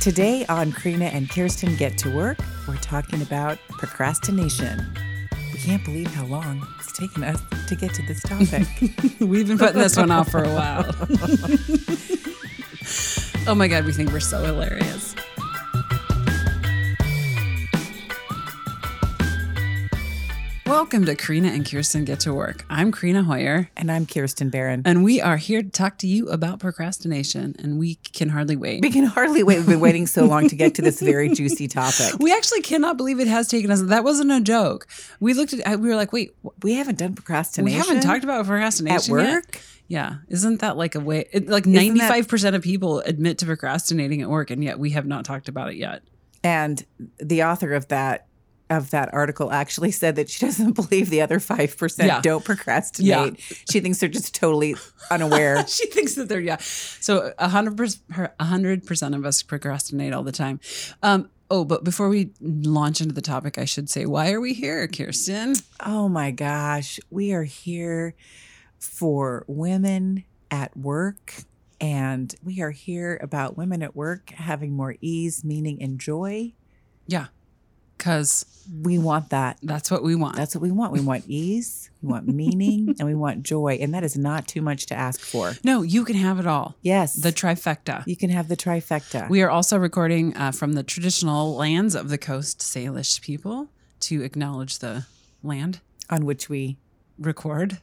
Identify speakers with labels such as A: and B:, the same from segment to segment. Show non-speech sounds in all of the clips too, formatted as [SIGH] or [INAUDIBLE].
A: Today on Krina and Kirsten Get to Work, we're talking about procrastination. We can't believe how long it's taken us to get to this topic.
B: [LAUGHS] We've been putting this one off for a while. [LAUGHS] oh my God, we think we're so hilarious. Welcome to Karina and Kirsten Get to Work. I'm Karina Hoyer,
A: and I'm Kirsten Barron.
B: and we are here to talk to you about procrastination, and we can hardly wait.
A: We can hardly wait. We've been waiting so long to get to this very juicy topic.
B: We actually cannot believe it has taken us. That wasn't a joke. We looked at, we were like, wait,
A: We haven't done
B: we
A: procrastination.
B: haven't talked about procrastination
A: at
B: yet?
A: work.
B: Yeah. Isn't that like a way, it, like
A: Isn't that-
B: 95% of people admit to procrastinating at work, and yet we have not talked about it yet.
A: And the author of that of that article actually said that she doesn't [LAUGHS] believe the other five percent
B: Yeah.
A: don't procrastinate. She thinks they're just totally unaware.
B: [LAUGHS] she thinks that they're, yeah. So 100%, 100% of us procrastinate all the time. Um, oh, but before we launch into the topic, I should say, why are we here, Kirsten?
A: oh my gosh, we are here for women at work. And we are here about women at work having more ease, meaning, and joy.
B: Because
A: We
B: Mm.
A: want that.
B: that's what we want.
A: That's what we want. We want ease, we want meaning, and we want joy. And that is not too much to ask for.
B: no, you can have it all.
A: Yes.
B: The trifecta.
A: you can have the trifecta.
B: We are also recording uh, from the traditional lands of the coast, Salish people, to acknowledge the land.
A: on which we
B: Record.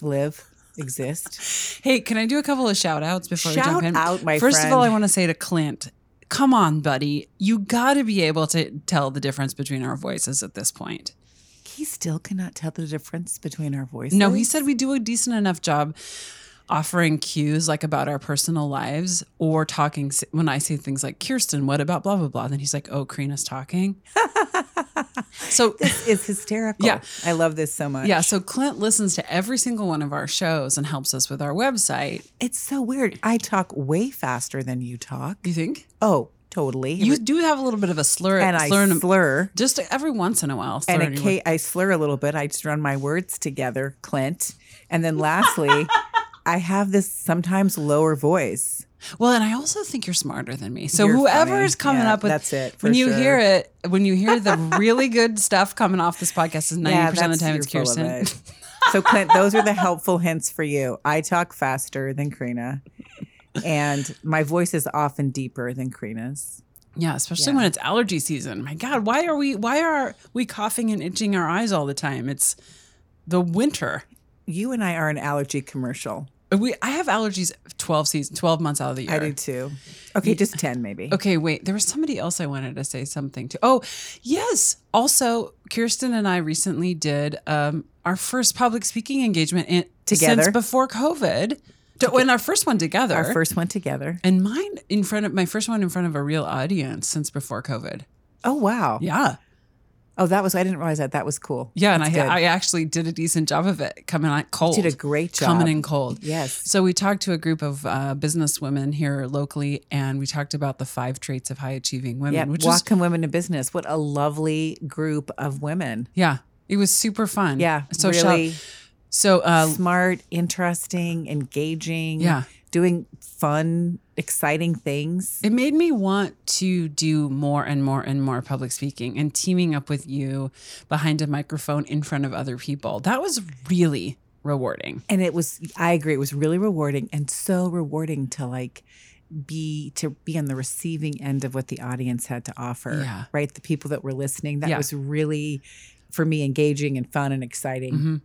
A: live, exist.
B: Hey, can I do a couple of shout outs before we
A: Shout
B: jump in?
A: out, my
B: First
A: friend.
B: of all, I want to say to Clint, come on, buddy. You got to be able to tell the difference between our voices at this point.
A: he still cannot tell the difference between our voices.
B: No, he said we do a decent enough job offering cues like about our personal lives or talking s- when I say things like, Kirsten, what about blah, blah, blah? Then he's like, oh, Karina's
A: [LAUGHS]
B: talking. So
A: this is hysterical.
B: Yeah.
A: I love this so much.
B: Yeah, so Clint listens to every single one of our shows and helps us with our website.
A: It's so weird. I talk way faster than you talk.
B: You think?
A: Oh, totally.
B: You do have a little bit of a slur,
A: and I
B: slur in-
A: slur.
B: just every once in a while. Slur
A: And
B: in
A: a
B: your
A: K, I slur a little bit. I just run my words together, Clint. And then
B: [LAUGHS]
A: lastly, I have this sometimes lower voice.
B: word. Well, and I also think you're smarter than me. So
A: You're
B: whoever
A: funny.
B: is coming
A: Yeah,
B: up with
A: that's it. for
B: when you
A: sure.
B: hear it, when you hear
A: [LAUGHS]
B: the really good stuff coming off this podcast is ninety
A: Yeah,
B: percent of
A: that's-
B: the time it's
A: you're full of
B: Kirsten.
A: it. So Clint, those are the helpful hints for you. I talk faster than Karina, and my voice is often deeper than Karina's.
B: [LAUGHS] Yeah, especially
A: Yeah.
B: when it's allergy season. My God, why are we why are we coughing and itching our eyes all the time? It's the winter.
A: You and I are an allergy commercial.
B: We I have allergies twelve season twelve months out of the year.
A: I do too. Okay, just ten maybe.
B: Okay, wait. There was somebody else I wanted to say something to. Oh, yes. Also, Kirsten and I recently did um, our first public speaking engagement in,
A: Together.
B: since before COVID. To, and our first one together.
A: Our first one together.
B: and mine in front of my first one in front of a real audience since before COVID.
A: Oh wow.
B: Yeah,
A: Oh, that was. I didn't realize that. That was cool.
B: yeah. And
A: That's
B: I
A: good.
B: I actually did a decent job of it coming out cold.
A: You did a great job.
B: coming in cold.
A: Yes.
B: So we talked to a group of uh, business women here locally, and we talked about the five traits of high achieving women,
A: Yeah.
B: which is
A: Welcome women to business. What a lovely group of women.
B: yeah, it was super fun.
A: Yeah.
B: So shout,
A: really
B: so uh,
A: smart, interesting, engaging.
B: yeah,
A: doing fun, exciting things.
B: it made me want to do more and more and more public speaking and teaming up with you behind a microphone in front of other people. That was really rewarding.
A: And it was I agree, it was really rewarding and so rewarding to like be to be on the receiving end of what the audience had to offer.
B: Yeah.
A: Right? The people that were listening. That
B: Yeah.
A: was really for me engaging and fun and exciting.
B: hmm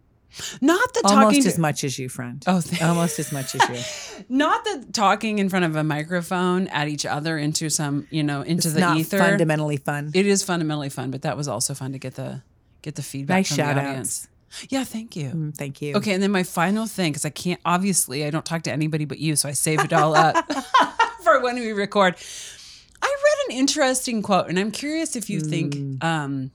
B: Not the talking.
A: Almost
B: to- [LAUGHS]
A: as much as you, friend.
B: oh, thank-
A: Almost as much
B: [LAUGHS]
A: as you.
B: Not the talking in front of a microphone at each other into some, you know, into
A: It's
B: the
A: not
B: ether.
A: fundamentally fun.
B: it is fundamentally fun, but that was also fun to get the get the feedback
A: nice
B: from
A: shout
B: the audience.
A: outs.
B: Yeah, thank you.
A: Mm, thank you.
B: Okay, and then my final thing, because I can't obviously I don't talk to anybody but you, so I save it all up [LAUGHS] for when we record. I read an interesting quote, and I'm curious if you think.
A: Mm.
B: Um,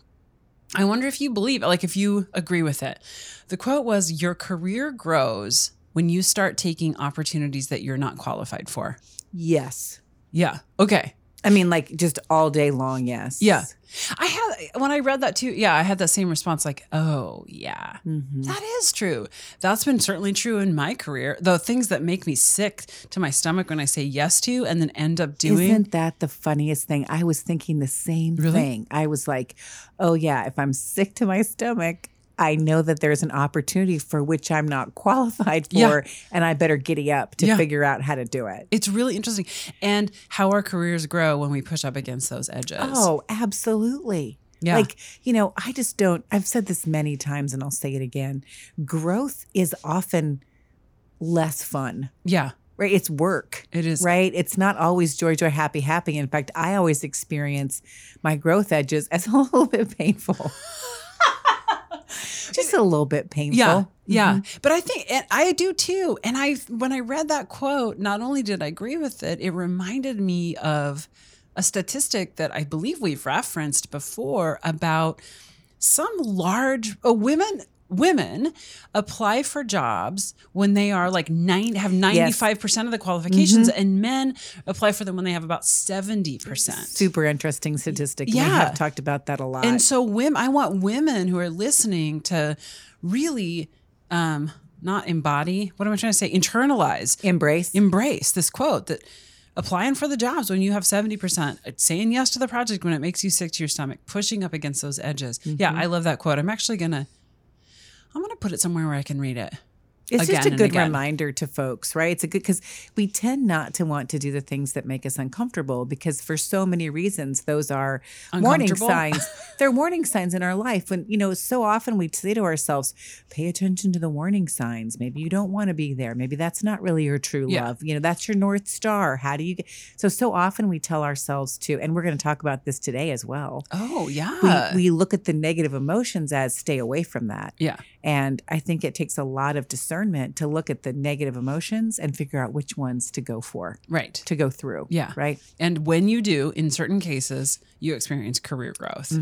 B: I wonder if you believe, like, if you agree with it. The quote was, "Your career grows when you start taking opportunities that you're not qualified for."
A: Yes.
B: Yeah. Okay.
A: I mean, like just all day long, yes.
B: Yeah. I had when I read that too, yeah, I had that same response like, oh, yeah.
A: Mhm.
B: That is true. That's been certainly true in my career. The things that make me sick to my stomach when I say yes to and then end up doing.
A: Isn't that the funniest thing? I was thinking the same
B: Really?
A: thing. I was like, oh, yeah, if I'm sick to my stomach, I know that there's an opportunity for which I'm not [LAUGHS] qualified for,
B: Yeah.
A: and I better giddy up to
B: Yeah.
A: figure out how to do it.
B: it's really interesting. And how our careers grow when we push up against those edges.
A: Oh, absolutely.
B: yeah.
A: Like, you know, I just don't, I've said this many times and I'll say it again. Growth is often less fun,
B: yeah,
A: right? It's work,
B: it is.
A: right? It's not always joy, joy, happy, happy. In fact, I always experience my growth edges as [LAUGHS] a little bit
B: [LAUGHS]
A: painful. just a little bit painful.
B: Yeah. Yeah.
A: Mhm.
B: But I think and I do too. And I when I read that quote, not only did I agree with it, it reminded me of a statistic that I believe we've referenced before about some large uh, women women apply for jobs when they are like nine have 95% of the qualifications and men apply for them when they have about 70%.
A: Super interesting statistic. and We
B: Yeah.
A: have talked about that a lot.
B: And so, women, I want women who are listening to really um, not embody. What am I trying to say? Internalize,
A: Embrace.
B: embrace this quote that applying for the jobs when you have seventy percent, uh, saying yes to the project when it makes you sick to your stomach, pushing up against those edges. Yeah, I love that quote. I'm actually gonna, I'm gonna put it somewhere where I can read it.
A: It's
B: again
A: just a
B: and
A: good
B: again.
A: reminder to folks, right? It's a good because we tend not to want to do the things that make us uncomfortable because for so many reasons those are warning
B: Uncomfortable? [LAUGHS]
A: signs. They're warning signs in our life. When you know, so often we say to ourselves, pay attention to the warning signs. Maybe you don't want to be there. Maybe that's not really your true
B: Yeah.
A: love. You know, that's your North Star. How do you get so so often we tell ourselves to, and we're going to talk about this today as well.
B: Oh
A: We,
B: yeah,
A: we look at the negative emotions as stay away from that.
B: yeah.
A: And I think it takes a lot of discernment to look at the negative emotions and figure out which ones to go for,
B: Right.
A: to go through.
B: Yeah.
A: Right.
B: And when you do, in certain cases, you experience career growth,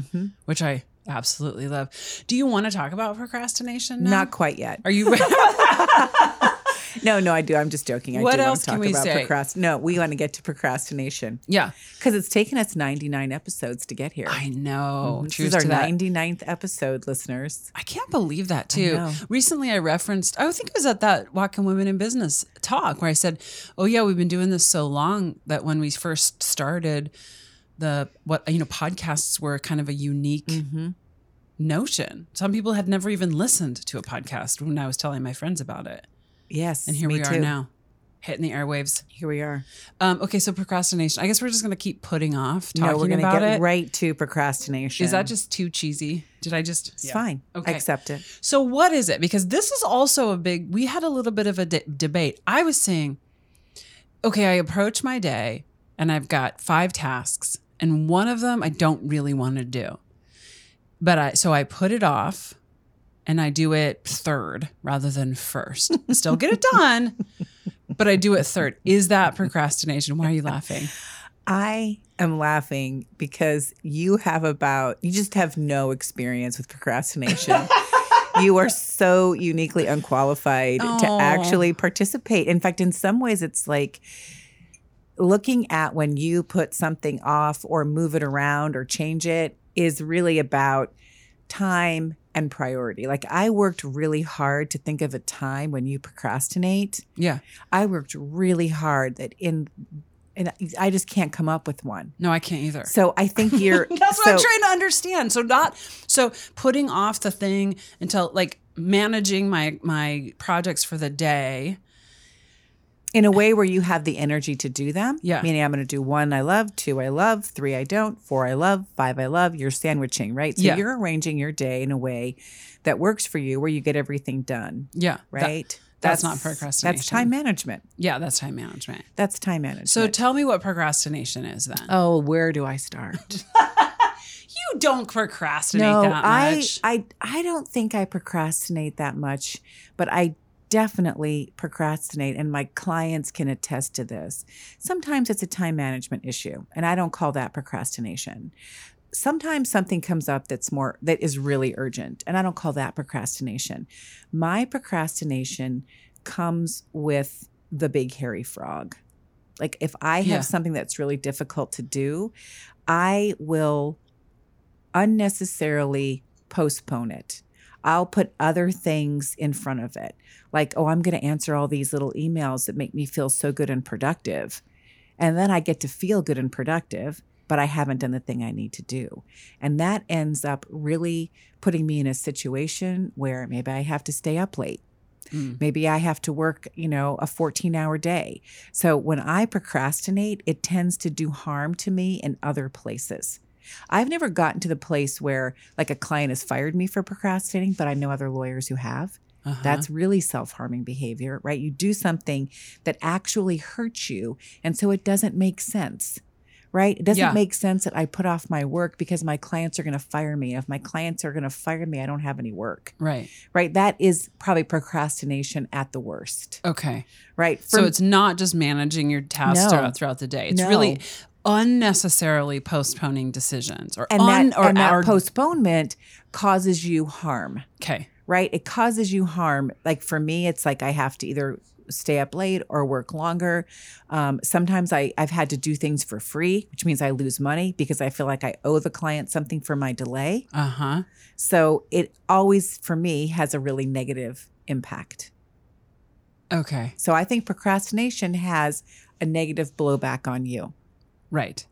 B: which I absolutely love. Do you want to talk about procrastination? Now?
A: Not quite yet.
B: Are you ready?
A: [LAUGHS] No, no, I do. I'm just joking. I
B: What
A: do
B: else
A: want to talk
B: can we
A: about
B: say?
A: procrast- No, we want to get to procrastination
B: yeah,
A: because it's taken us 99 episodes to get here.
B: I know.
A: Mm-hmm. this
B: Cheers
A: is our
B: to that.
A: 99th episode, listeners.
B: I can't believe that too.
A: know.
B: Recently, I referenced, I think it was at that Walking Women in Business talk where I said, Oh, yeah, we've been doing this so long that when we first started, the what you know podcasts were kind of a unique
A: Mm-hmm.
B: notion some people had never even listened to a podcast when i was telling my friends about it
A: Yes.
B: And here
A: me
B: we
A: too.
B: are now, hitting the airwaves.
A: Here we are.
B: Um, okay, so procrastination. I guess we're just going to keep putting off
A: No, we're
B: talking
A: going to
B: about
A: get
B: it.
A: right to procrastination.
B: Is that just too cheesy? Did I just?
A: It's fine.
B: Okay.
A: I accept it.
B: So what is it? Because this is also a big. We had a little bit of a de- debate. I was saying, okay, I approach my day and I've got five tasks, and one of them I don't really want to do, but I so I put it off, and I do it third rather than first. [LAUGHS] Still get it done, but I do it third. Is that procrastination? Why are you laughing?
A: I am laughing because you have about, you just have no experience with procrastination. you are so uniquely unqualified to
B: Oh.
A: actually participate. In fact, in some ways, it's like, Looking at when you put something off or move it around or change it is really about time and priority. Like, I worked really hard to think of a time when you procrastinate
B: Yeah.
A: I worked really hard that in and I just can't come up with one.
B: No, I can't either.
A: So I
B: [LAUGHS]
A: think you're
B: That's what I'm
A: so-
B: trying to understand. So not so putting off the thing until like managing my my projects for the day.
A: in a way where you have the energy to do them.
B: Yeah.
A: Meaning I'm gonna do one I love, two I love, three I don't, four I love, five I love. You're sandwiching, right? So
B: Yeah.
A: you're arranging your day in a way that works for you where you get everything done,
B: Yeah. that-
A: right?
B: that's not
A: That's
B: procrastination.
A: time management.
B: yeah, that's time management.
A: That's time management.
B: So tell me what procrastination is then.
A: oh, where do I start?
B: you don't procrastinate that much.
A: I, I I don't think I procrastinate that much, but I definitely procrastinate and my clients can attest to this. Sometimes it's a time management issue, and I don't call that procrastination. Sometimes something comes up that's more that is really urgent, and I don't call that procrastination. My procrastination comes with the big hairy frog. Like if I have
B: Yeah.
A: something that's really difficult to do, I will unnecessarily postpone it. I'll put other things in front of it. Like, oh, I'm going to answer all these little emails that make me feel so good and productive. And then I get to feel good and productive, but I haven't done the thing I need to do. And that ends up really putting me in a situation where maybe I have to stay up late.
B: Mm.
A: Maybe I have to work, you know, a 14 hour day. So when I procrastinate, it tends to do harm to me in other places. I've never gotten to the place where like a client has fired me for procrastinating, but I know other lawyers who have.
B: Uh-huh.
A: That's really self harming behavior, right? You do something that actually hurts you. And so it doesn't make sense, right? It doesn't
B: Yeah.
A: make sense that I put off my work because my clients are going to fire me. If my clients are going to fire me, I don't have any work,
B: right.
A: right? That is probably procrastination at the worst,
B: Okay.
A: right?
B: so
A: For-
B: it's not just managing your tasks
A: No.
B: throughout, throughout the day. It's
A: No.
B: really unnecessarily postponing decisions or
A: and
B: un
A: that,
B: or
A: and that
B: our-
A: postponement causes you harm.
B: okay.
A: right? It causes you harm. Like for me, it's like I have to either stay up late or work longer. Um, sometimes I, I've had to do things for free, which means I lose money because I feel like I owe the client something for my delay.
B: Uh huh.
A: So it always, for me, has a really negative impact.
B: Okay.
A: So I think procrastination has a negative blowback on you.
B: Right.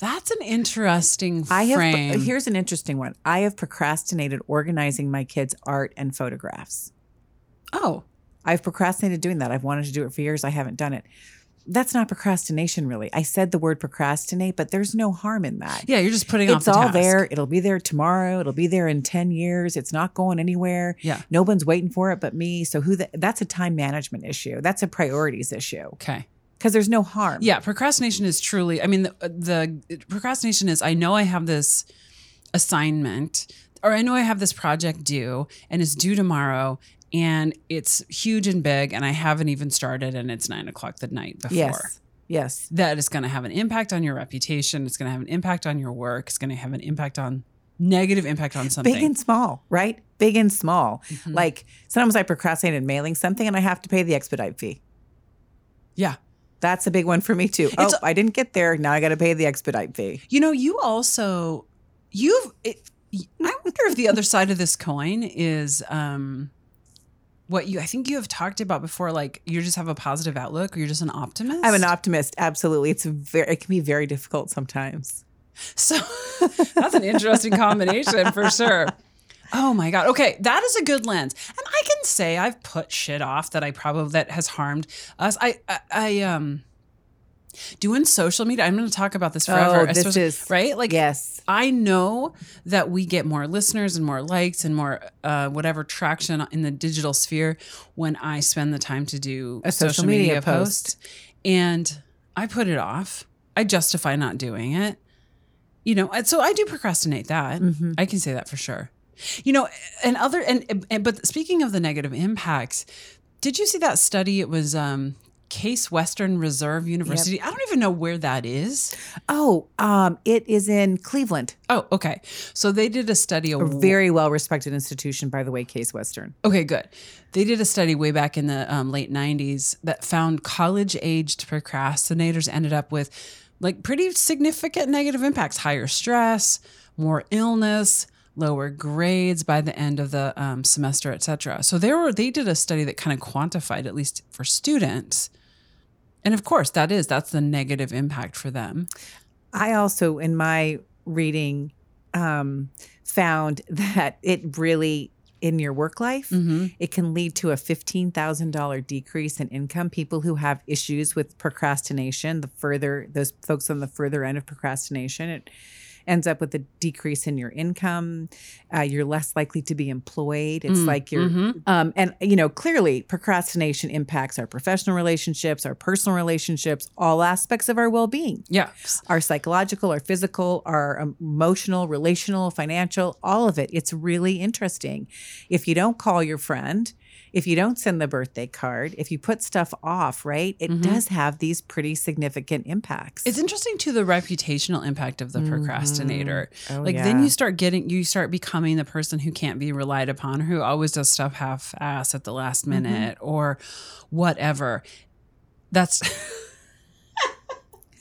B: That's an interesting
A: I have
B: frame.
A: here's an interesting one. I have procrastinated organizing my kids' art and photographs.
B: oh,
A: I've procrastinated doing that. I've wanted to do it for years. I haven't done it. That's not procrastination, really. I said the word procrastinate, but there's no harm in that.
B: yeah. You're just putting off
A: It's
B: the
A: all
B: task.
A: there. It'll be there tomorrow. It'll be there in 10 years. It's not going anywhere.
B: Yeah.
A: No one's waiting for it but me. So who the, that's a time management issue. That's a priorities issue
B: Okay.
A: because there's no harm.
B: Yeah, procrastination is truly. I mean, the, the procrastination is. I know I have this assignment, or I know I have this project due, and it's due tomorrow, and it's huge and big, and I haven't even started, and it's nine o'clock the night before.
A: Yes. Yes.
B: That is going to have an impact on your reputation. It's going to have an impact on your work. It's going to have an impact on negative impact on something.
A: Big and small, right? Big and small.
B: Mhm.
A: Like sometimes I procrastinate in mailing something and I have to pay the expedite fee.
B: yeah.
A: That's a big one for me too.
B: It's-
A: oh, I didn't get there. Now I got to pay the expedite fee.
B: You know, you also you've. It, I wonder if the other side of this coin is um, what you. I think you have talked about before. Like you just have a positive outlook, or you're just an optimist.
A: I'm an optimist. Absolutely, it's very. It can be very difficult sometimes.
B: So [LAUGHS] that's an interesting combination for sure. Oh my god. Okay, that is a good lens. And I can say I've put shit off that I probably that has harmed us. I I, I um doing social media. I'm going to talk about this forever.
A: Oh,
B: I
A: this
B: suppose-
A: is-
B: right. Like
A: yes,
B: I know that we get more listeners and more likes and more uh, whatever traction in the digital sphere when I spend the time to do
A: A social media post.
B: And I put it off. I justify not doing it. You know, and so I do procrastinate that.
A: Mhm.
B: I can say that for sure. You know, and other and, and but speaking of the negative impacts, did you see that study? It was um Case Western Reserve University. I don't even know where that is.
A: Oh, um, it is in Cleveland,
B: Oh, okay. So they did a study
A: a
B: a
A: very well respected institution, by the way. Case Western.
B: Okay, good. They did a study way back in the um, late 90s that found college aged procrastinators ended up with like pretty significant negative impacts higher stress, more illness, lower grades by the end of the um, semester, et cetera. So there were, they did a study that kind of quantified, at least for students. And of course, that is, that's the negative impact for them.
A: I also, in my reading, um, found [LAUGHS] that it really in your work life.
B: Mm-hmm.
A: It can lead to a $15,000 decrease in income. People who have issues with procrastination, the further, those folks on the further end of procrastination, it ends up with a decrease in your income. Uh, you're less likely to be employed. It's like
B: mm-hmm.
A: you're, um, and you know, clearly procrastination impacts our professional relationships, our personal relationships, all aspects of our well being.
B: Yeah.
A: Our psychological, our physical, our emotional, relational, financial, all of it. It's really interesting. If you don't call your friend, if you don't send the birthday card, if you put stuff off, right, it
B: Mhm.
A: does have these pretty significant impacts.
B: It's interesting to the reputational impact of the procrastinator.
A: Oh,
B: like then
A: yeah.
B: you start getting you start becoming the person who can't be relied upon who always does stuff half ass at the last minute or whatever that's
A: [LAUGHS]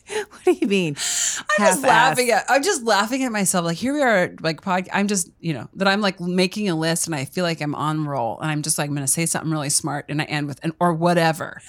A: What do you mean?
B: [LAUGHS] I'm just
A: Half-assed.
B: laughing at I'm just laughing at myself. Like here we are, like pod. I'm just you know that I'm like making a list, and I feel like I'm on roll, and I'm just like I'm gonna say something really smart, and I end with an or whatever,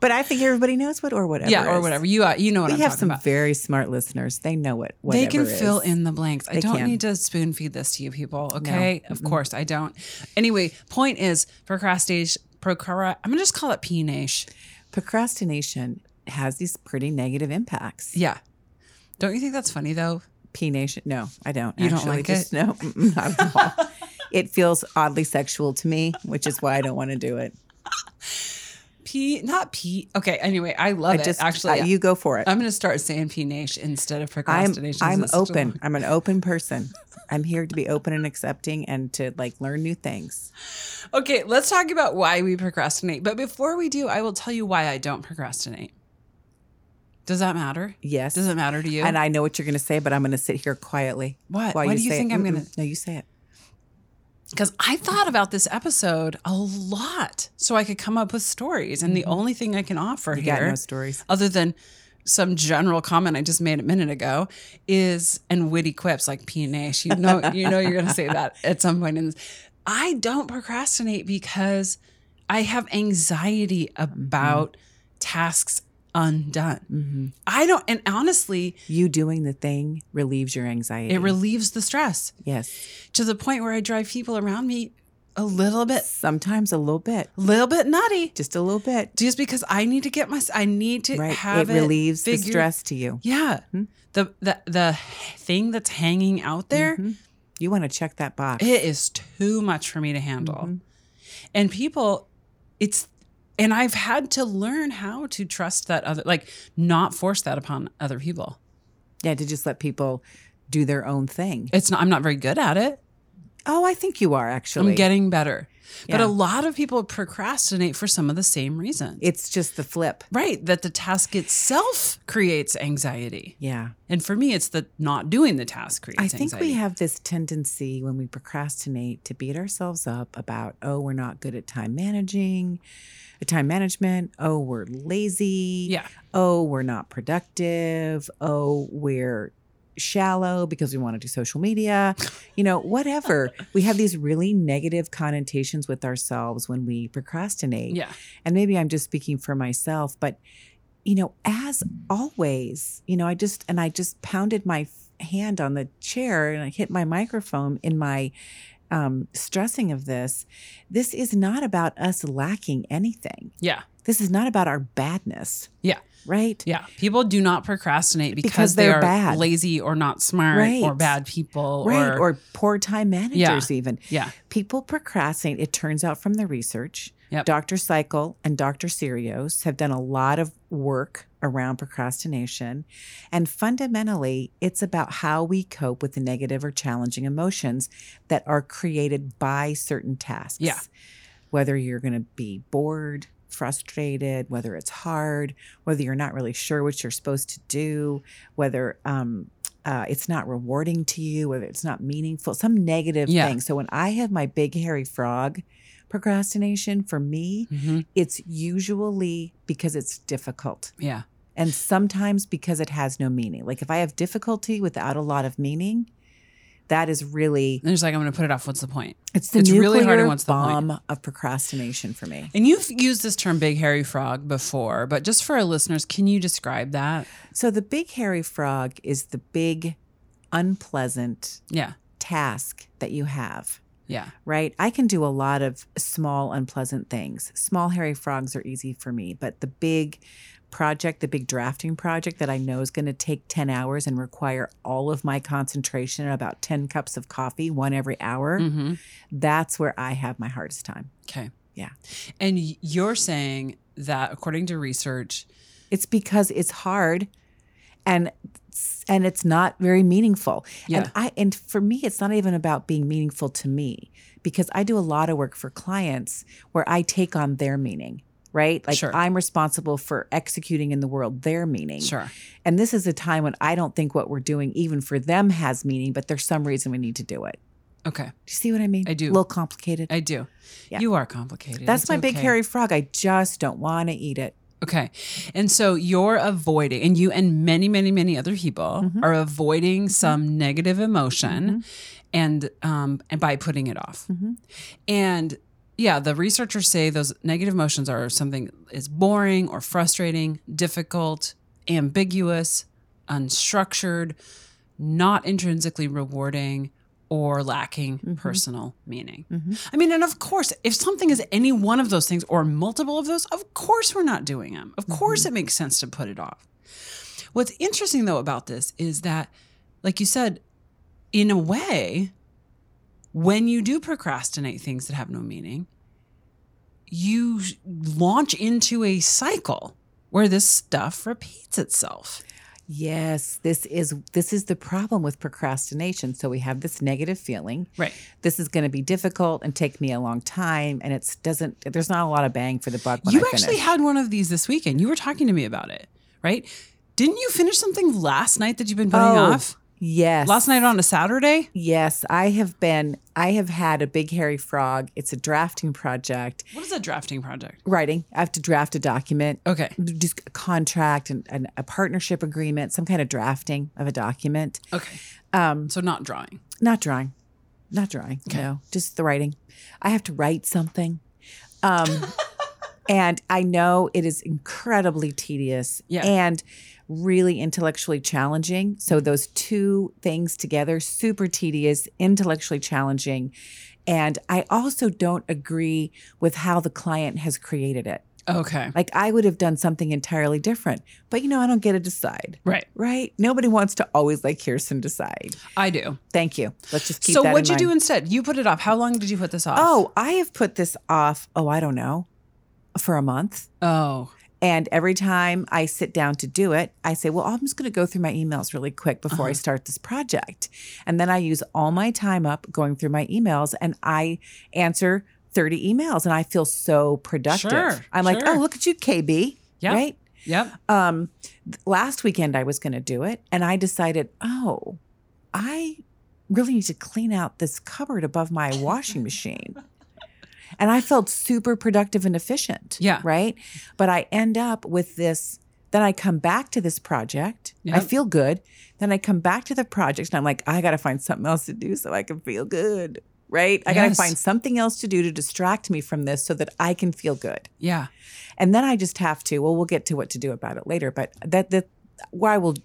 A: But I think everybody knows what or whatever.
B: yeah, or
A: is.
B: whatever. You uh, you know what
A: We
B: I'm
A: have
B: talking
A: some
B: about.
A: very smart listeners. They know what whatever
B: They can
A: is.
B: fill in the blanks. I
A: They
B: don't
A: can.
B: need to spoon feed this to you people. Okay, of course I don't. Anyway, point is procrastination. Procra. I'm gonna just call it peenage.
A: Procrastination has these pretty negative impacts.
B: Yeah. Don't you think that's funny though?
A: P Nation. No, I don't.
B: You don't
A: actually.
B: like
A: Just, [LAUGHS] No, mm-mm, not at
B: [LAUGHS]
A: all. it feels oddly sexual to me, which is why I don't want to do it.
B: P, not P. Okay. Anyway, I love
A: I
B: it.
A: just
B: Actually,
A: uh,
B: yeah.
A: you go for it.
B: I'm going to start saying peenage instead of
A: I'm
B: procrastination.
A: I'm
B: It's such a
A: open.
B: long-
A: I'm an open person. I'm here to be open and accepting and to like learn new things.
B: Okay, let's talk about why we procrastinate. But before we do, I will tell you why I don't procrastinate. Does that matter?
A: Yes.
B: Does it matter to you?
A: And I know what you're going to say, but I'm going to sit here quietly.
B: what?
A: while
B: Why do you
A: say it.
B: think I'm going
A: Mm-mm.
B: to?
A: No, you say it.
B: Because I thought about this episode a lot, so I could come up with stories. And the only thing I can offer
A: Mm-hmm. You
B: here,
A: got no stories.
B: other than some general comment I just made a minute ago is and witty quips like peenash. You know, you know you're
A: [LAUGHS]
B: gonna say that at some point. And I don't procrastinate because I have anxiety about
A: Mm-hmm.
B: tasks undone.
A: hmm
B: I don't and honestly,
A: You doing the thing relieves your anxiety.
B: it relieves the stress
A: yes.
B: to the point where I drive people around me a little bit
A: Sometimes a little bit,
B: little bit nutty.
A: just a little bit.
B: Just because I need to get my I need to
A: Right.
B: have
A: it relieves the
B: figured
A: stress to you.
B: Yeah.
A: Hmm?
B: The the the thing that's hanging out there,
A: Mhm. You want to check that box.
B: it is too much for me to handle.
A: Mhm.
B: And people it's and I've had to learn how to trust that other like not force that upon other people.
A: Yeah, to just let people do their own thing.
B: It's not I'm not very good at it.
A: Oh, I think you are actually.
B: I'm getting better. But
A: Yeah.
B: a lot of people procrastinate for some of the same reasons.
A: it's just the flip.
B: right, that the task itself creates anxiety.
A: Yeah.
B: And for me it's the not doing the task creates
A: I think
B: anxiety.
A: we have this tendency when we procrastinate to beat ourselves up about, oh, we're not good at time managing, uh, time management. Oh, we're lazy.
B: yeah.
A: Oh, we're not productive. Oh, we're shallow because we want to do social media. You know, whatever. we have these really negative connotations with ourselves when we procrastinate.
B: Yeah.
A: and maybe I'm just speaking for myself, but you know, as always, you know, I just and I just pounded my f- hand on the chair and I hit my microphone in my um, stressing of this. This is not about us lacking anything.
B: Yeah.
A: This is not about our badness.
B: Yeah.
A: Right.
B: Yeah, people do not procrastinate because,
A: Because
B: they
A: they're
B: are
A: bad.
B: lazy or not smart
A: Right.
B: or bad people
A: Right.
B: or,
A: Or, poor time managers, even.
B: yeah,
A: People procrastinate, it turns out from the research.
B: Yep.
A: Dr. Cycle and Dr. Serios have done a lot of work around procrastination. And fundamentally, it's about how we cope with the negative or challenging emotions that are created by certain tasks.
B: Yeah.
A: Whether you're going to be bored, frustrated, whether it's hard, whether you're not really sure what you're supposed to do, whether um, uh, it's not rewarding to you, whether it's not meaningful, some negative
B: Yeah.
A: thing. So when I have my big hairy frog procrastination, for me,
B: Mhm.
A: it's usually because it's difficult
B: yeah,
A: and sometimes because it has no meaning. Like if I have difficulty without a lot of meaning, that is really
B: and there's like I'm going to put it off. What's the point?
A: it's the
B: It's really
A: nuclear
B: hard and what's the point?
A: bomb of procrastination for me.
B: And you've used this term "big hairy frog" before, but just for our listeners, can you describe that?
A: So the big hairy frog is the big unpleasant
B: Yeah,
A: task that you have.
B: yeah,
A: right? I can do a lot of small, unpleasant things. Small hairy frogs are easy for me, but the big project, the big drafting project that I know is going to take 10 hours and require all of my concentration and about 10 cups of coffee, one every hour,
B: hmm
A: that's where I have my hardest time.
B: okay,
A: Yeah.
B: And y- you're saying that according to research,
A: It's because it's hard and and it's not very meaningful.
B: yeah,
A: And I and for me it's not even about being meaningful to me because I do a lot of work for clients where I take on their meaning, right? Like
B: Sure.
A: I'm responsible for executing in the world their meaning.
B: sure,
A: And this is a time when I don't think what we're doing even for them has meaning, but there's some reason we need to do it.
B: okay,
A: Do you see what I mean?
B: I do.
A: A little complicated.
B: I do.
A: Yeah.
B: You are complicated.
A: That's
B: It's
A: my big
B: okay.
A: hairy frog. I just don't want to eat it.
B: Okay. And so you're avoiding, and you and many, many, many other people
A: Mhm.
B: are avoiding some negative emotion
A: Mm-hmm.
B: and um and by putting it off.
A: Mhm.
B: And yeah, the researchers say those negative emotions are something is boring or frustrating, difficult, ambiguous, unstructured, not intrinsically rewarding, or lacking
A: Mhm.
B: personal meaning.
A: Mhm.
B: I mean, and of course, if something is any one of those things or multiple of those, of course we're not doing them. Of
A: Mm-hmm.
B: course it makes sense to put it off. What's interesting though about this is that, like you said, in a way, when you do procrastinate things that have no meaning, you sh- launch into a cycle where this stuff repeats itself.
A: Yes, this is this is the problem with procrastination. So we have this negative feeling.
B: Right.
A: This is going to be difficult and take me a long time, and it's doesn't. There's not a lot of bang for the buck when
B: you
A: I
B: actually
A: finish.
B: had one of these this weekend. You were talking to me about it, right? Didn't you finish something last night that you've been putting
A: Oh,
B: off?
A: yes,
B: Last night on a Saturday?
A: Yes, I have been. I have had a big hairy frog. It's a drafting project.
B: What is a drafting project?
A: Writing. I have to draft a document.
B: Okay.
A: Just a contract and, and a partnership agreement, some kind of drafting of a document.
B: Okay.
A: Um,
B: So not drawing.
A: not drawing, not drawing. No, just the writing. I have to write something, um, [LAUGHS] and I know it is incredibly tedious
B: Yeah.
A: and really intellectually challenging. So those two things together, super tedious, intellectually challenging, and I also don't agree with how the client has created it.
B: Okay.
A: Like I would have done something entirely different, but you know I don't get to decide.
B: Right.
A: Right? Nobody wants to always like Kirsten decide.
B: I do.
A: Thank you. Let's just keep
B: so
A: that in
B: what'd you
A: mind.
B: do instead? You put it off. How long did you put this off?
A: Oh, I have put this off, oh, I don't know, for a month.
B: Oh.
A: And every time I sit down to do it, I say, well, I'm just going to go through my emails really quick before I
B: Uh-huh.
A: start this project. And then I use all my time up going through my emails and I answer 30 emails and I feel so productive.
B: Sure,
A: I'm like,
B: sure.
A: oh, look at you, KB.
B: Yeah.
A: Right.
B: Yep.
A: Um, th- last weekend I was going to do it and I decided, oh, I really need to clean out this cupboard above
B: [LAUGHS]
A: my washing machine. And I felt super productive and efficient.
B: Yeah.
A: Right. But I end up with this. Then I come back to this project. I
B: Yep.
A: feel good. Then I come back to the project and I'm like, I got to find something else to do so I can feel good. Right. I got to
B: Yes.
A: find something else to do to distract me from this so that I can feel good.
B: Yeah.
A: And then I just have to, well, we'll get to what to do about it later, but that, that, why will,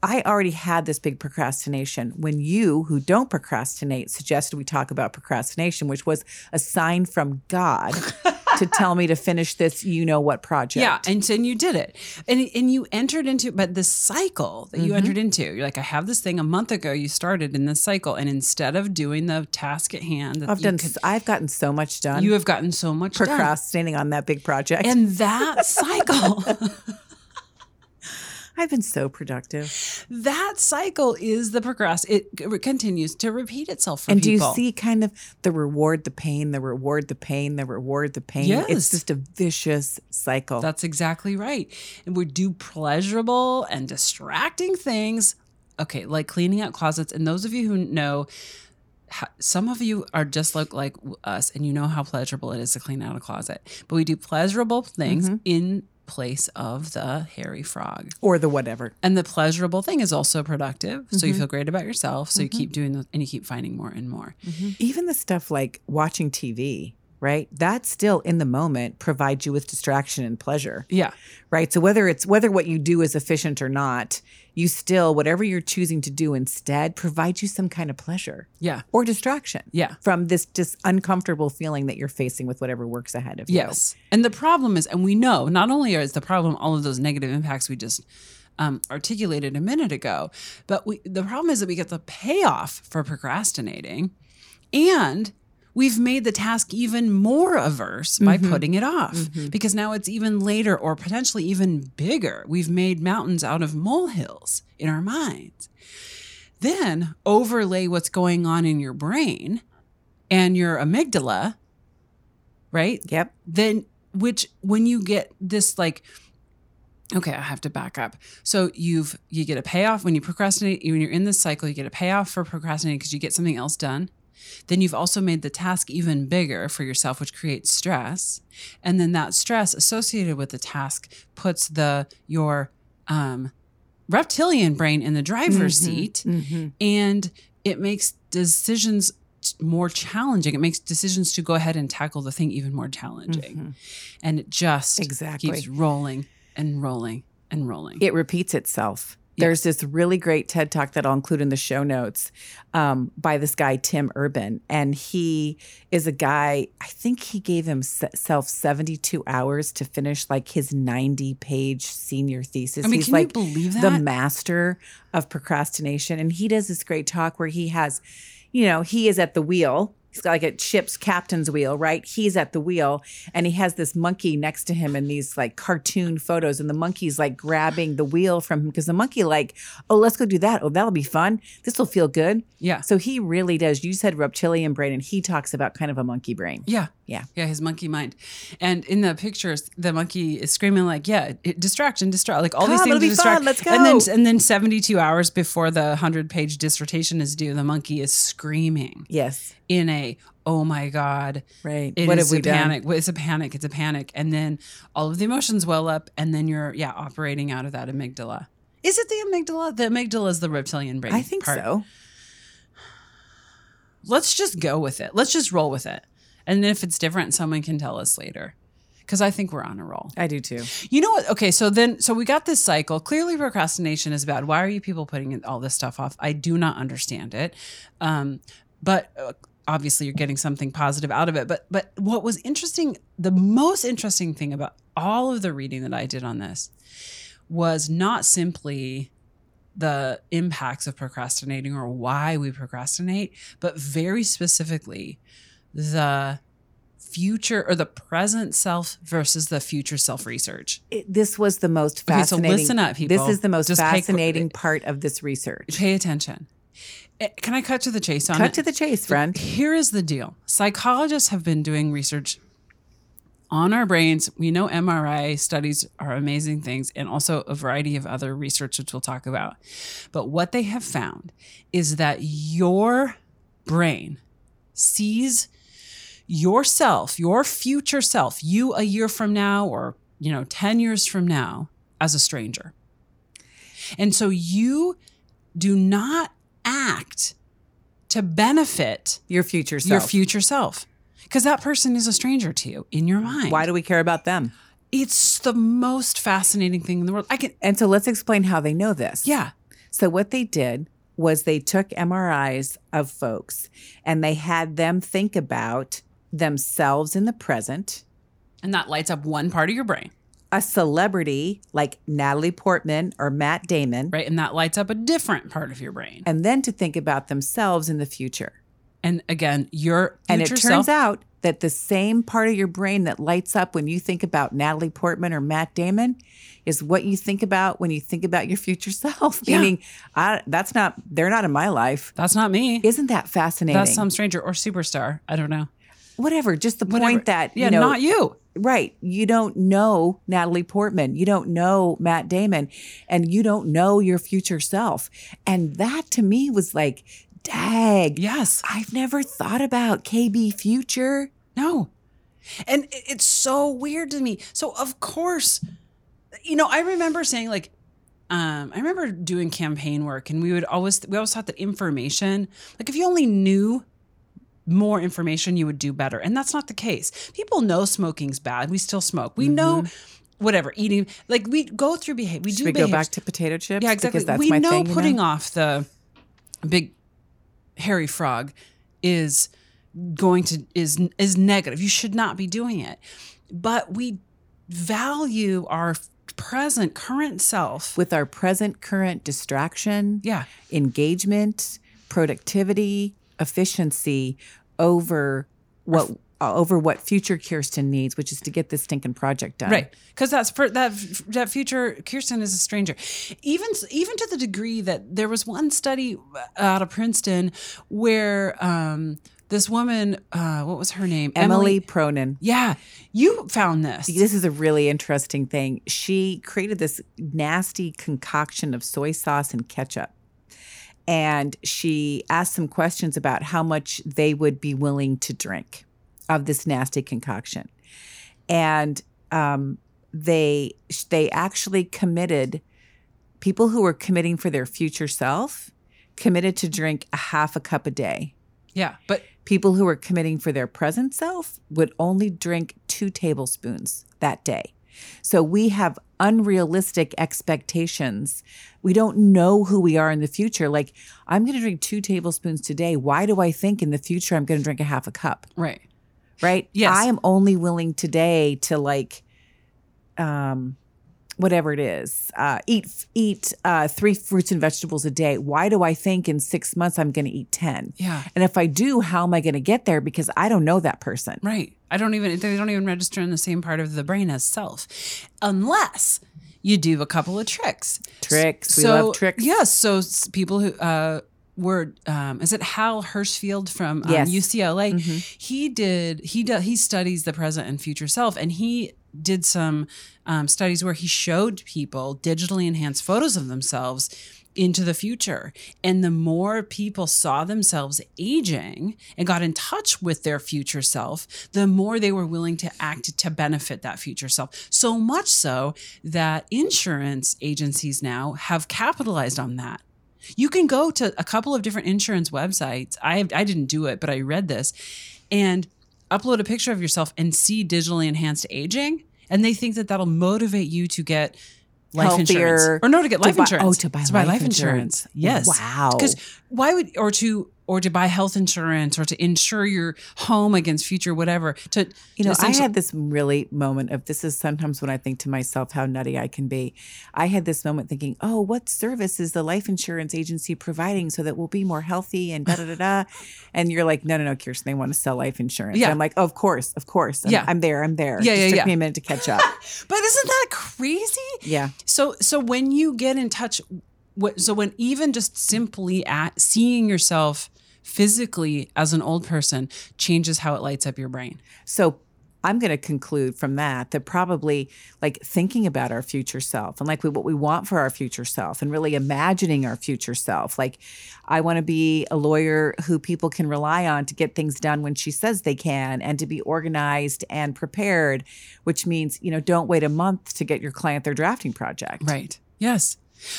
A: I already had this big procrastination when you, who don't procrastinate, suggested we talk about procrastination, which was a sign from
B: [LAUGHS]
A: God to tell me to finish this, you know what project.
B: Yeah. And so and you did it. And and you entered into but this cycle that you
A: Mhm.
B: entered into. You're like, I have this thing a month ago you started in this cycle. And instead of doing the task at hand that
A: I've
B: you
A: done,
B: could-
A: s I've gotten so much done
B: you have gotten so much done.
A: procrastinating on that big project.
B: And that cycle, [LAUGHS]
A: I've been so productive.
B: that cycle is the progress. It c- continues to repeat itself for
A: and
B: people.
A: do you see kind of the reward, the pain, the reward, the pain, the reward, the pain?
B: Yes.
A: It's just a vicious cycle.
B: That's exactly right. And we do pleasurable and distracting things. Okay, like cleaning out closets. And those of you who know, ha- some of you are just look like us, and you know how pleasurable it is to clean out a closet. But we do pleasurable things
A: Mhm.
B: in place of the hairy frog.
A: or the whatever.
B: And the pleasurable thing is also productive. So you
A: Mhm.
B: feel great about yourself. So
A: Mhm.
B: you keep doing those and you keep finding more and more.
A: Even the stuff like watching TV, right? That still in the moment provides you with distraction and pleasure,
B: Yeah.
A: right? So whether it's whether what you do is efficient or not, you still whatever you're choosing to do instead provides you some kind of pleasure
B: Yeah.
A: or distraction
B: Yeah.
A: from this just uncomfortable feeling that you're facing with whatever works ahead of you.
B: Yes. And the problem is, and we know not only is the problem all of those negative impacts we just um, articulated a minute ago, but we, the problem is that we get the payoff for procrastinating and we've made the task even more averse by
A: Mhm.
B: putting it off
A: Mhm.
B: because now it's even later or potentially even bigger. We've made mountains out of molehills in our minds. Then overlay what's going on in your brain and your amygdala, right?
A: Yep.
B: then which when you get this like okay i have to back up so you've you get a payoff when you procrastinate when you're in this cycle you get a payoff for procrastinating because you get something else done then you've also made the task even bigger for yourself, which creates stress. And then that stress associated with the task puts the your um, reptilian brain in the driver's
A: Mhm.
B: seat,
A: Mhm.
B: and it makes decisions t- more challenging. It makes decisions to go ahead and tackle the thing even more challenging,
A: Mhm.
B: and it just
A: Exactly.
B: keeps rolling and rolling and rolling.
A: It repeats itself.
B: Yes.
A: There's this really great TED talk that I'll include in the show notes um, by this guy, Tim Urban. And he is a guy, I think he gave himself 72 hours to finish like his 90 page senior thesis.
B: I mean,
A: He's
B: can
A: like
B: you believe that?
A: the master of procrastination. And he does this great talk where he has, you know, he is at the wheel. He's got like a ship's captain's wheel, right? He's at the wheel and he has this monkey next to him in these like cartoon photos. And the monkey's like grabbing the wheel from him because the monkey, like, oh, let's go do that. Oh, that'll be fun. This will feel good.
B: yeah.
A: So he really does. You said reptilian brain and he talks about kind of a monkey brain.
B: Yeah.
A: Yeah.
B: Yeah, his monkey mind. And in the pictures, the monkey is screaming like, yeah, it, distract and distract. Like all these
A: Come,
B: things
A: it'll
B: to
A: be
B: distract.
A: fun. Let's go.
B: And then and then 72 hours before the 100-page dissertation is due, the monkey is screaming
A: yes,
B: in a, "Oh my god,
A: right.
B: it is
A: what have we
B: a
A: done?
B: panic. It's a panic. It's a panic." And then all of the emotions well up and then you're yeah, operating out of that amygdala. Is it the amygdala? The amygdala is the reptilian brain.
A: I think
B: part.
A: so.
B: let's just go with it. Let's just roll with it. And then if it's different, someone can tell us later. Because I think we're on a roll.
A: I do too.
B: You know what? Okay, so then, so we got this cycle. Clearly, procrastination is bad. Why are you people putting it- all this stuff off? I do not understand it. Um, but uh, obviously, you're getting something positive out of it. But but what was interesting, the most interesting thing about all of the reading that I did on this was not simply the impacts of procrastinating or why we procrastinate, but very specifically the future or the present self versus the future self research.
A: It, this was the most
B: Okay,
A: fascinating.
B: so listen up, people.
A: This is the most
B: Just pay-
A: fascinating part of this research.
B: Pay attention. Eh, Can I cut to the chase on
A: Cut
B: it?
A: to the chase, friend.
B: Here is the deal. Psychologists have been doing research on our brains. We know MRI studies are amazing things and also a variety of other research which we'll talk about. But what they have found is that your brain sees yourself, your future self, you a year from now or, you know, 10 years from now as a stranger. And so you do not act to benefit
A: Your future self.
B: your future self because that person is a stranger to you in your mind.
A: Why do we care about them?
B: it's the most fascinating thing in the world. I can,
A: And so let's explain how they know this.
B: yeah,
A: So what they did was they took MRIs of folks and they had them think about themselves in the present,
B: and that lights up one part of your brain,
A: a celebrity like Natalie Portman or Matt Damon,
B: right? And that lights up a different part of your brain.
A: and then to think about themselves in the future.
B: And again, your
A: And
B: future
A: it turns
B: self,
A: out that the same part of your brain that lights up when you think about Natalie Portman or Matt Damon is what you think about when you think about your future [LAUGHS] self.
B: Yeah.
A: Meaning, I, that's not, they're not in my life.
B: that's not me.
A: Isn't that fascinating?
B: That's some stranger or superstar. I don't know.
A: Whatever, just the
B: Whatever.
A: point that,
B: yeah,
A: you know,
B: not you.
A: right, you don't know Natalie Portman, you don't know Matt Damon, and you don't know your future self. And that to me was like, dag,
B: Yes.
A: I've never thought about KB Future.
B: No. And it- it's so weird to me. So of course, you know, I remember saying like um, I remember doing campaign work and we would always we always thought that information, like if you only knew more information you would do better. And that's not the case. People know smoking's bad. We still smoke. We know whatever eating like we go through behavior. We
A: Should
B: do
A: we go
B: behavior.
A: back to potato chips?
B: Yeah, exactly.
A: Because that's
B: we
A: my
B: know
A: thing, you
B: putting off the big hairy frog is going to is is negative. You should not be doing it. But we value our present current self.
A: with our present current distraction,
B: yeah.
A: engagement, productivity, efficiency over what uh, over what future Kirsten needs, which is to get this stinking project done.
B: Right, because that's per, that that future Kirsten is a stranger, even even to the degree that there was one study uh, out of Princeton where um, this woman, uh, what was her name,
A: Emily, Pronin.
B: Yeah, you found this.
A: This is a really interesting thing. She created this nasty concoction of soy sauce and ketchup. and she asked some questions about how much they would be willing to drink of this nasty concoction. And um, they they actually committed people who were committing for their future self committed to drink a half a cup a day.
B: Yeah, but
A: People who were committing for their present self would only drink two tablespoons that day. So we have unrealistic expectations. We don't know who we are in the future. Like, I'm going to drink two tablespoons today. Why do I think in the future I'm going to drink a half a cup?
B: right.
A: right?
B: Yes.
A: I am only willing today to like, um, whatever it is, uh, eat eat uh, three fruits and vegetables a day. Why do I think in six months I'm going to eat ten?
B: Yeah.
A: And if I do, how am I going to get there? Because I don't know that person.
B: Right. I don't even they don't even register in the same part of the brain as self, unless you do a couple of tricks.
A: Tricks. We love tricks.
B: Yes. so s- people who uh, were um, is it Hal Hirschfield from um,
A: Yes.
B: UCLA?
A: Mhm.
B: He did he do, he studies the present and future self, and he did some um, studies where he showed people digitally enhanced photos of themselves into the future and the more people saw themselves aging and got in touch with their future self the more they were willing to act to benefit that future self so much so that insurance agencies now have capitalized on that you can go to a couple of different insurance websites. I I didn't do it, but I read this and upload a picture of yourself and see digitally enhanced aging and they think that that'll motivate you to get life
A: Healthier,
B: insurance or no to get life
A: to buy-
B: insurance.
A: Oh, to buy, life, insurance.
B: Yes.
A: Wow.
B: Because why would or to or to buy health insurance or to insure your home against future whatever to
A: You know, I
B: essentially-
A: had this really moment of this is sometimes when I think to myself how nutty I can be. I had this moment thinking, oh, what service is the life insurance agency providing so that we'll be more healthy and da da da da?
B: [SIGHS]
A: And you're like, no, no, no, Kirsten, they want to sell life insurance.
B: Yeah.
A: I'm like, of course, of course. I'm,
B: Yeah.
A: I'm there, I'm there.
B: Yeah,
A: Just
B: yeah,
A: took
B: yeah.
A: me a minute to catch
B: [LAUGHS]
A: up.
B: but isn't that crazy?
A: yeah.
B: So so when you get in touch what so when even just simply at seeing yourself physically as an old person changes how it lights up your brain.
A: So I'm going to conclude from that that probably like thinking about our future self and like we, what we want for our future self and really imagining our future self. Like, I want to be a lawyer who people can rely on to get things done when she says they can and to be organized and prepared, which means, you know, don't wait a month to get your client their drafting project.
B: Right. Yes.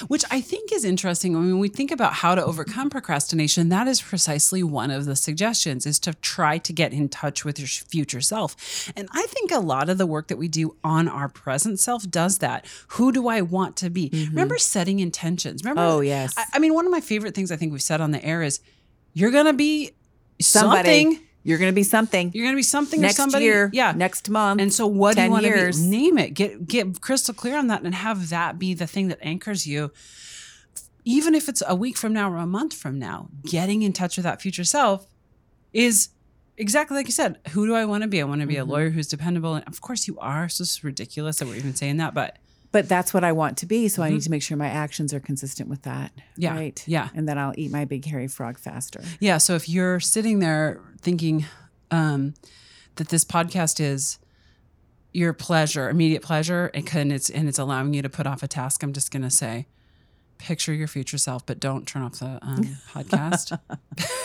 B: Which I think is interesting. When we think about how to overcome procrastination, that is precisely one of the suggestions is to try to get in touch with your sh- future self. And I think a lot of the work that we do on our present self does that. Who do I want to be? Remember setting intentions. Remember
A: Oh, yes.
B: I, I mean, one of my favorite things I think we've said on the air is you're going to be
A: Somebody.
B: something.
A: You're going to be something.
B: You're going to be something
A: next
B: or somebody.
A: year.
B: Yeah.
A: Next month.
B: And so, what do
A: 10
B: you want to
A: years.
B: be? Name it. Get get crystal clear on that, and have that be the thing that anchors you. Even if it's a week from now or a month from now, getting in touch with that future self is exactly like you said. Who do I want to be? I want to be
A: Mhm.
B: a lawyer who's dependable, and of course, you are. So it's ridiculous that we're even saying that, but
A: but that's what I want to be. So I need
B: Mhm.
A: to make sure my actions are consistent with that.
B: yeah,
A: Right.
B: yeah.
A: and then I'll eat my big hairy frog faster.
B: Yeah. So if you're sitting there thinking um, that this podcast is your pleasure, immediate pleasure, and can it's and it's allowing you to put off a task, I'm just gonna say, picture your future self, but don't turn off the
A: [LAUGHS]
B: um, podcast.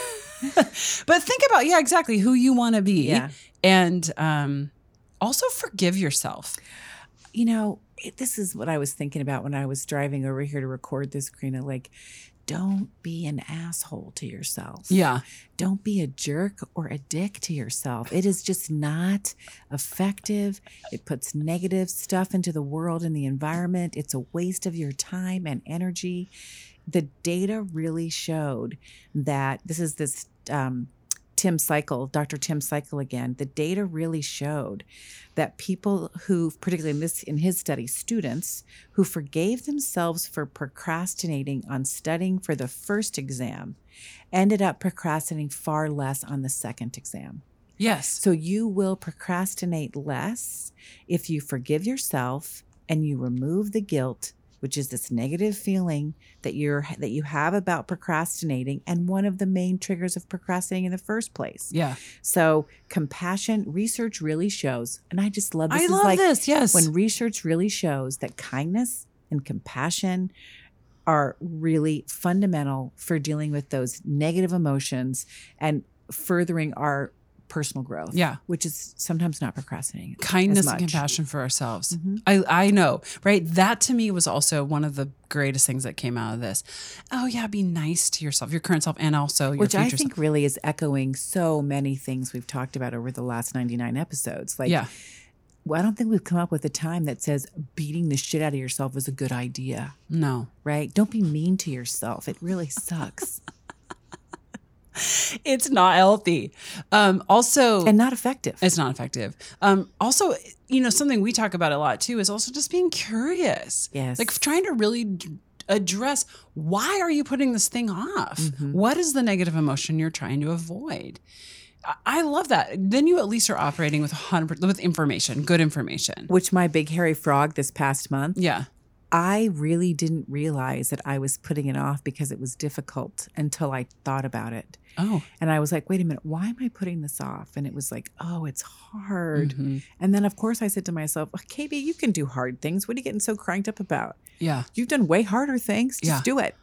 B: [LAUGHS] but think about yeah, exactly who you want to be,
A: Yeah.
B: and um, also forgive yourself.
A: You know, it, this is what I was thinking about when I was driving over here to record this, Karina. Like, don't be an asshole to yourself.
B: Yeah.
A: Don't be a jerk or a dick to yourself. It is just not effective. It puts negative stuff into the world and the environment. It's a waste of your time and energy. The data really showed that this is this um, Tim Cycle, Dr. Tim Cycle again. The data really showed that people who, particularly in this in his study, students who forgave themselves for procrastinating on studying for the first exam ended up procrastinating far less on the second exam.
B: Yes.
A: So you will procrastinate less if you forgive yourself and you remove the guilt, which is this negative feeling that you're that you have about procrastinating and one of the main triggers of procrastinating in the first place.
B: Yeah.
A: So compassion research really shows and I just love this
B: I
A: is
B: love
A: like
B: this. Yes.
A: when research really shows that kindness and compassion are really fundamental for dealing with those negative emotions and furthering our personal growth.
B: Yeah.
A: Which is sometimes not procrastinating.
B: Kindness
A: much.
B: and compassion for ourselves.
A: Mhm.
B: I, I know, right? That to me was also one of the greatest things that came out of this. Oh, yeah, be nice to yourself, your current self, and also your
A: Which
B: future
A: I
B: self.
A: think really is echoing so many things we've talked about over the last 99 episodes. Like,
B: yeah.
A: well, I don't think we've come up with a time that says beating the shit out of yourself is a good idea,
B: No.
A: right? Don't be mean to yourself. It really
B: [LAUGHS]
A: sucks
B: It's not healthy. Um, also,
A: and not effective.
B: It's not effective. Um, also, you know, something we talk about a lot too is also just being curious.
A: yes.
B: Like trying to really d- address why are you putting this thing off?
A: Mhm.
B: What is the negative emotion you're trying to avoid? I- I love that. Then you at least are operating with 100 with information, good information.
A: which my big hairy frog this past month,
B: Yeah.
A: I really didn't realize that I was putting it off because it was difficult until I thought about it.
B: Oh.
A: And I was like, wait a minute, why am I putting this off? And it was like, oh, it's hard.
B: mhm.
A: And then, of course, I said to myself, "Oh, Katie, you can do hard things. What are you getting so cranked up about?
B: Yeah.
A: You've done way harder things. Just
B: Yeah.
A: do it.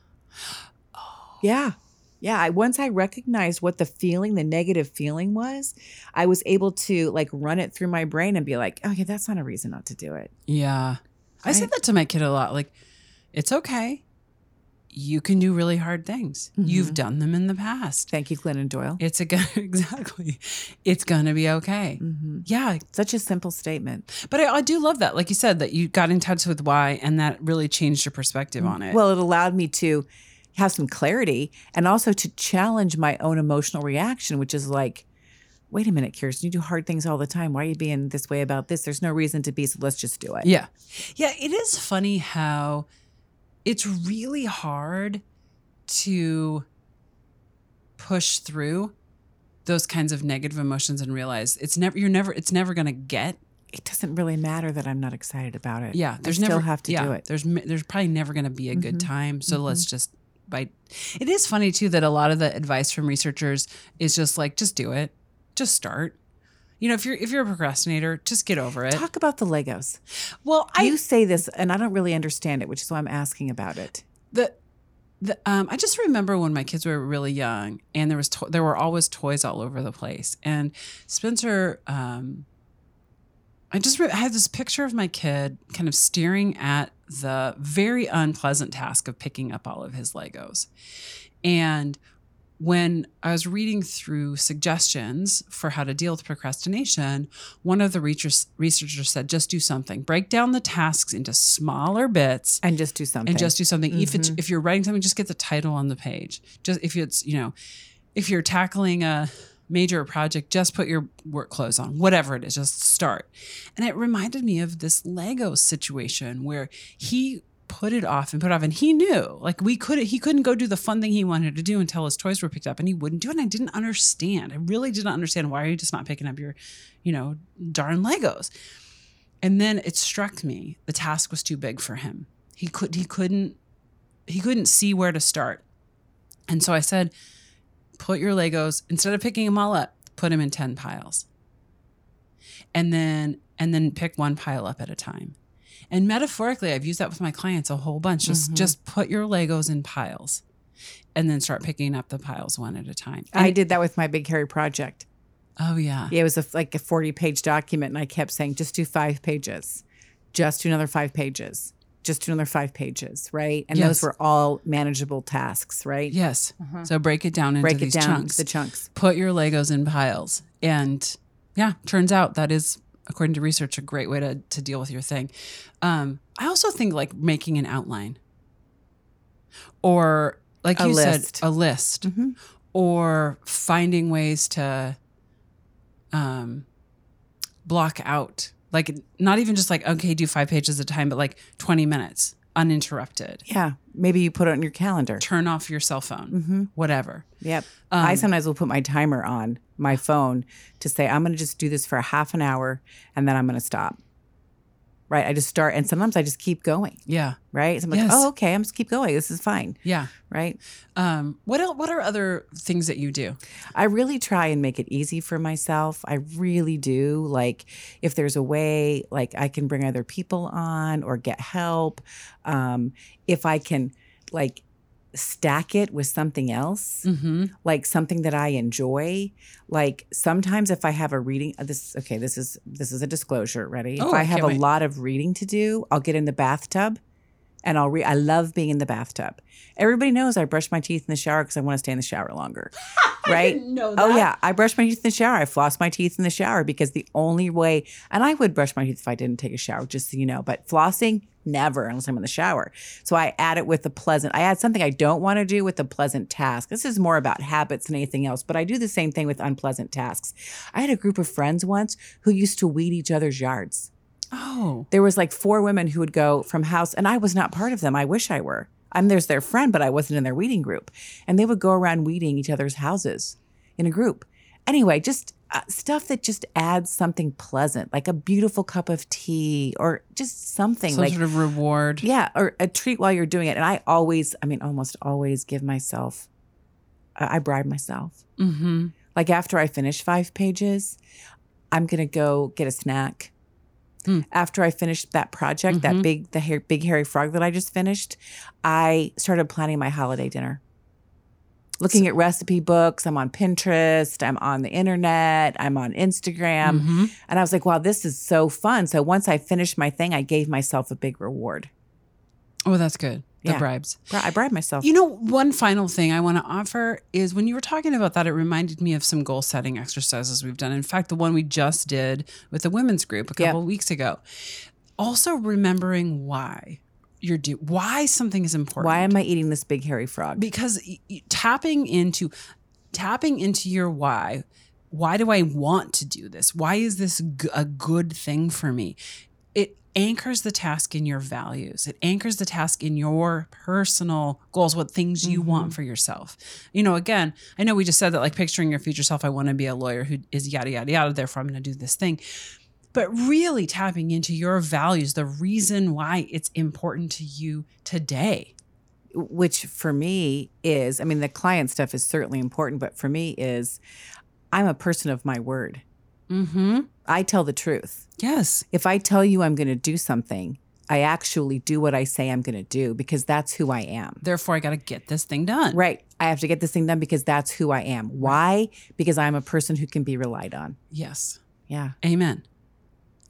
A: Yeah. Yeah. I, once I recognized what the feeling, the negative feeling was, I was able to like run it through my brain and be like, okay, that's not a reason not to do it.
B: Yeah. I say
A: Right.
B: that to my kid a lot. Like, it's okay. You can do really hard things. You've
A: Mhm.
B: done them in the past.
A: Thank you, Glennon Doyle.
B: It's a go- [LAUGHS] exactly. It's gonna be okay.
A: hmm
B: Yeah,
A: Such a simple statement.
B: but I, I do love that. Like you said, that you got in touch with why, and that really changed your perspective on it.
A: Mm-hmm. Well, it allowed me to have some clarity and also to challenge my own emotional reaction, which is like, wait a minute, Kirsten, you do hard things all the time. Why are you being this way about this? There's no reason to be, so let's just do it.
B: yeah, yeah. It is funny how it's really hard to push through those kinds of negative emotions and realize it's never you're never it's never gonna get
A: It doesn't really matter that I'm not excited about it.
B: yeah there's
A: I
B: never
A: still have to
B: yeah,
A: do it.
B: there's m- there's probably never going to be a good
A: Mhm.
B: time so let's just bite it is funny too that a lot of the advice from researchers is just like just do it just start you know if you're if you're a procrastinator just get over it
A: Talk about the Legos.
B: well i
A: you say this, and I don't really understand it, which is why I'm asking about it.
B: the the, um, I just remember when my kids were really young, and there was to- there were always toys all over the place. And Spencer, um, I just re- I had this picture of my kid kind of staring at the very unpleasant task of picking up all of his Legos. And when I was reading through suggestions for how to deal with procrastination, one of the research- researchers said, "Just do something. Break down the tasks into smaller bits."
A: And just do something.
B: and just do something. If it's
A: Mhm.
B: if you're writing something, just get the title on the page. Just if it's you know, if you're tackling a major project, just put your work clothes on. Whatever it is, just start. And it reminded me of this Lego situation where he put it off and put it off, and he knew like we could he couldn't go do the fun thing he wanted to do until his toys were picked up, and he wouldn't do it. And I didn't understand. I really didn't understand why are you just not picking up your, you know, darn Legos. And then it struck me the task was too big for him. He could he couldn't he couldn't see where to start. And so I said, put your Legos instead of picking them all up, put them in 10 piles. And then and then pick one pile up at a time. And metaphorically, I've used that with my clients a whole bunch. Just
A: Mhm.
B: just put your Legos in piles and then start picking up the piles one at a time.
A: I
B: And-
A: did that with my Big Hairy Project.
B: Oh yeah.
A: Yeah, it was a, like a 40 page document, and I kept saying, just do five pages, just do another five pages, just do another five pages, right? And
B: Yes.
A: those were all manageable tasks, right?
B: Yes.
A: Uh-huh.
B: So break it down into
A: Break it
B: these
A: down
B: chunks.
A: the chunks.
B: put your Legos in piles. And yeah, turns out that is, according to research, a great way to, to deal with your thing. Um, I also think like making an outline or, like
A: A
B: you
A: list.
B: said, a list
A: Mhm.
B: or finding ways to um, block out. Like, not even just like, okay, do five pages at a time, but like 20 minutes uninterrupted.
A: Yeah, maybe you put it on your calendar.
B: Turn off your cell phone,
A: hmm
B: whatever.
A: Yep.
B: Um,
A: I sometimes will put my timer on my phone to say, I'm going to just do this for a half an hour and then I'm going to stop. Right. I just start, and sometimes I just keep going.
B: yeah,
A: Right. So I'm like,
B: Yes.
A: oh, okay, I'm just keep going. This is fine.
B: yeah.
A: Right.
B: Um, what el- what are other things that you do?
A: I really try and make it easy for myself. I really do. Like, if there's a way, like I can bring other people on or get help. Um, if I can, like stack it with something else,
B: Mm-hmm.
A: like something that I enjoy. Like sometimes if I have a reading uh, this okay, this is this is a disclosure, ready?
B: Oh,
A: if I
B: I
A: have
B: can't
A: a
B: wait.
A: lot of reading to do, I'll get in the bathtub and I'll read I love being in the bathtub. Everybody knows I brush my teeth in the shower cuz I want to stay in the shower
B: [LAUGHS]
A: longer. right?
B: No.
A: Oh yeah, I brush my teeth in the shower. I floss my teeth in the shower because the only way, and I would brush my teeth if I didn't take a shower, just so you know. But flossing, never unless I'm in the shower. So I add it with the pleasant. I add something I don't want to do with the pleasant task. This is more about habits than anything else. But I do the same thing with unpleasant tasks. I had a group of friends once who used to weed each other's yards.
B: Oh.
A: There was like four women who would go from house, and I was not part of them. I wish I were. I'm there's their friend, but I wasn't in their weeding group. And they would go around weeding each other's houses in a group. Anyway, just uh, stuff that just adds something pleasant, like a beautiful cup of tea or just something
B: Some
A: like
B: sort of reward.
A: yeah, or a treat while you're doing it. And I always, I mean, almost always give myself, I I bribe myself.
B: Mm-hmm.
A: Like after I finish five pages, I'm gonna go get a snack.
B: Hmm.
A: After I finished that project, that
B: Mhm.
A: big the hair, big hairy frog that I just finished, I started planning my holiday dinner. Looking at recipe books, I'm on Pinterest, I'm on the internet, I'm on Instagram,
B: hmm
A: and I was like, "Wow, this is so fun!" So once I finished my thing, I gave myself a big reward.
B: Oh, that's good. The
A: Yeah.
B: bribes.
A: Bri- I bribed myself.
B: You know, one final thing I want to offer is when you were talking about that, it reminded me of some goal setting exercises we've done. In fact, the one we just did with the women's group a
A: Yeah.
B: couple of weeks ago. Also, remembering why you're do why something is important.
A: Why am I eating this big hairy frog?
B: because y- y- tapping into tapping into your why why do i want to do this why is this g- a good thing for me it anchors the task in your values it anchors the task in your personal goals what things you want for yourself you know again i know we just said that like picturing your future self i want to be a lawyer who is yada yada yada therefore i'm going to do this thing but really tapping into your values the reason why it's important to you today
A: Which for me is, I mean, the client stuff is certainly important, but for me is, I'm a person of my word.
B: mm-hmm
A: I tell the truth.
B: Yes.
A: If I tell you I'm going to do something, I actually do what I say I'm going to do because that's who I am.
B: Therefore, I got to get this thing done.
A: Right. I have to get this thing done because that's who I am. Why? Because I'm a person who can be relied on.
B: Yes.
A: Yeah.
B: Amen.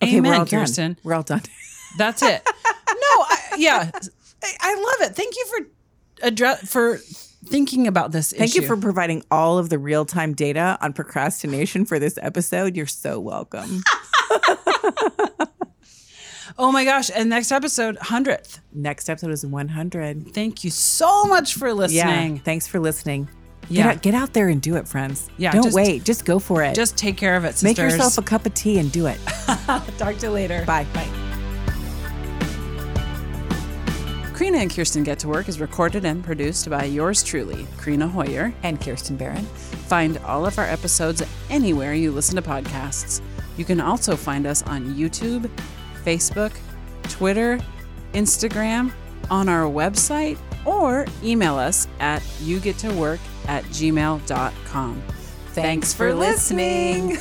A: Okay, we're all
B: Amen,
A: done.
B: Kirsten.
A: We're all done.
B: That's it. [LAUGHS] no, I, yeah, I, I love it. Thank you for address for thinking about this
A: Thank
B: issue.
A: you for providing all of the real time data on procrastination for this episode. You're so
B: [LAUGHS]
A: welcome.
B: Oh my gosh! And next episode, hundredth.
A: Next episode is 100.
B: Thank you so much for
A: Yeah.
B: listening.
A: Thanks for listening.
B: Yeah.
A: Get, out, get out there and do it, friends.
B: Yeah,
A: Don't
B: just-
A: wait. Just go for it.
B: Just take care of it,
A: Make
B: sisters.
A: yourself a cup of tea and
B: [LAUGHS]
A: do it.
B: talk to you later.
A: Bye. Bye.
B: Karina and Kirsten Get to Work is recorded and produced by yours truly, Karina Hoyer.
A: And Kirsten Barron.
B: Find all of our episodes anywhere you listen to podcasts. You can also find us on YouTube, Facebook, Twitter, Instagram, on our website, or email us at yougettowork at gmail.com.
A: Thanks for listening.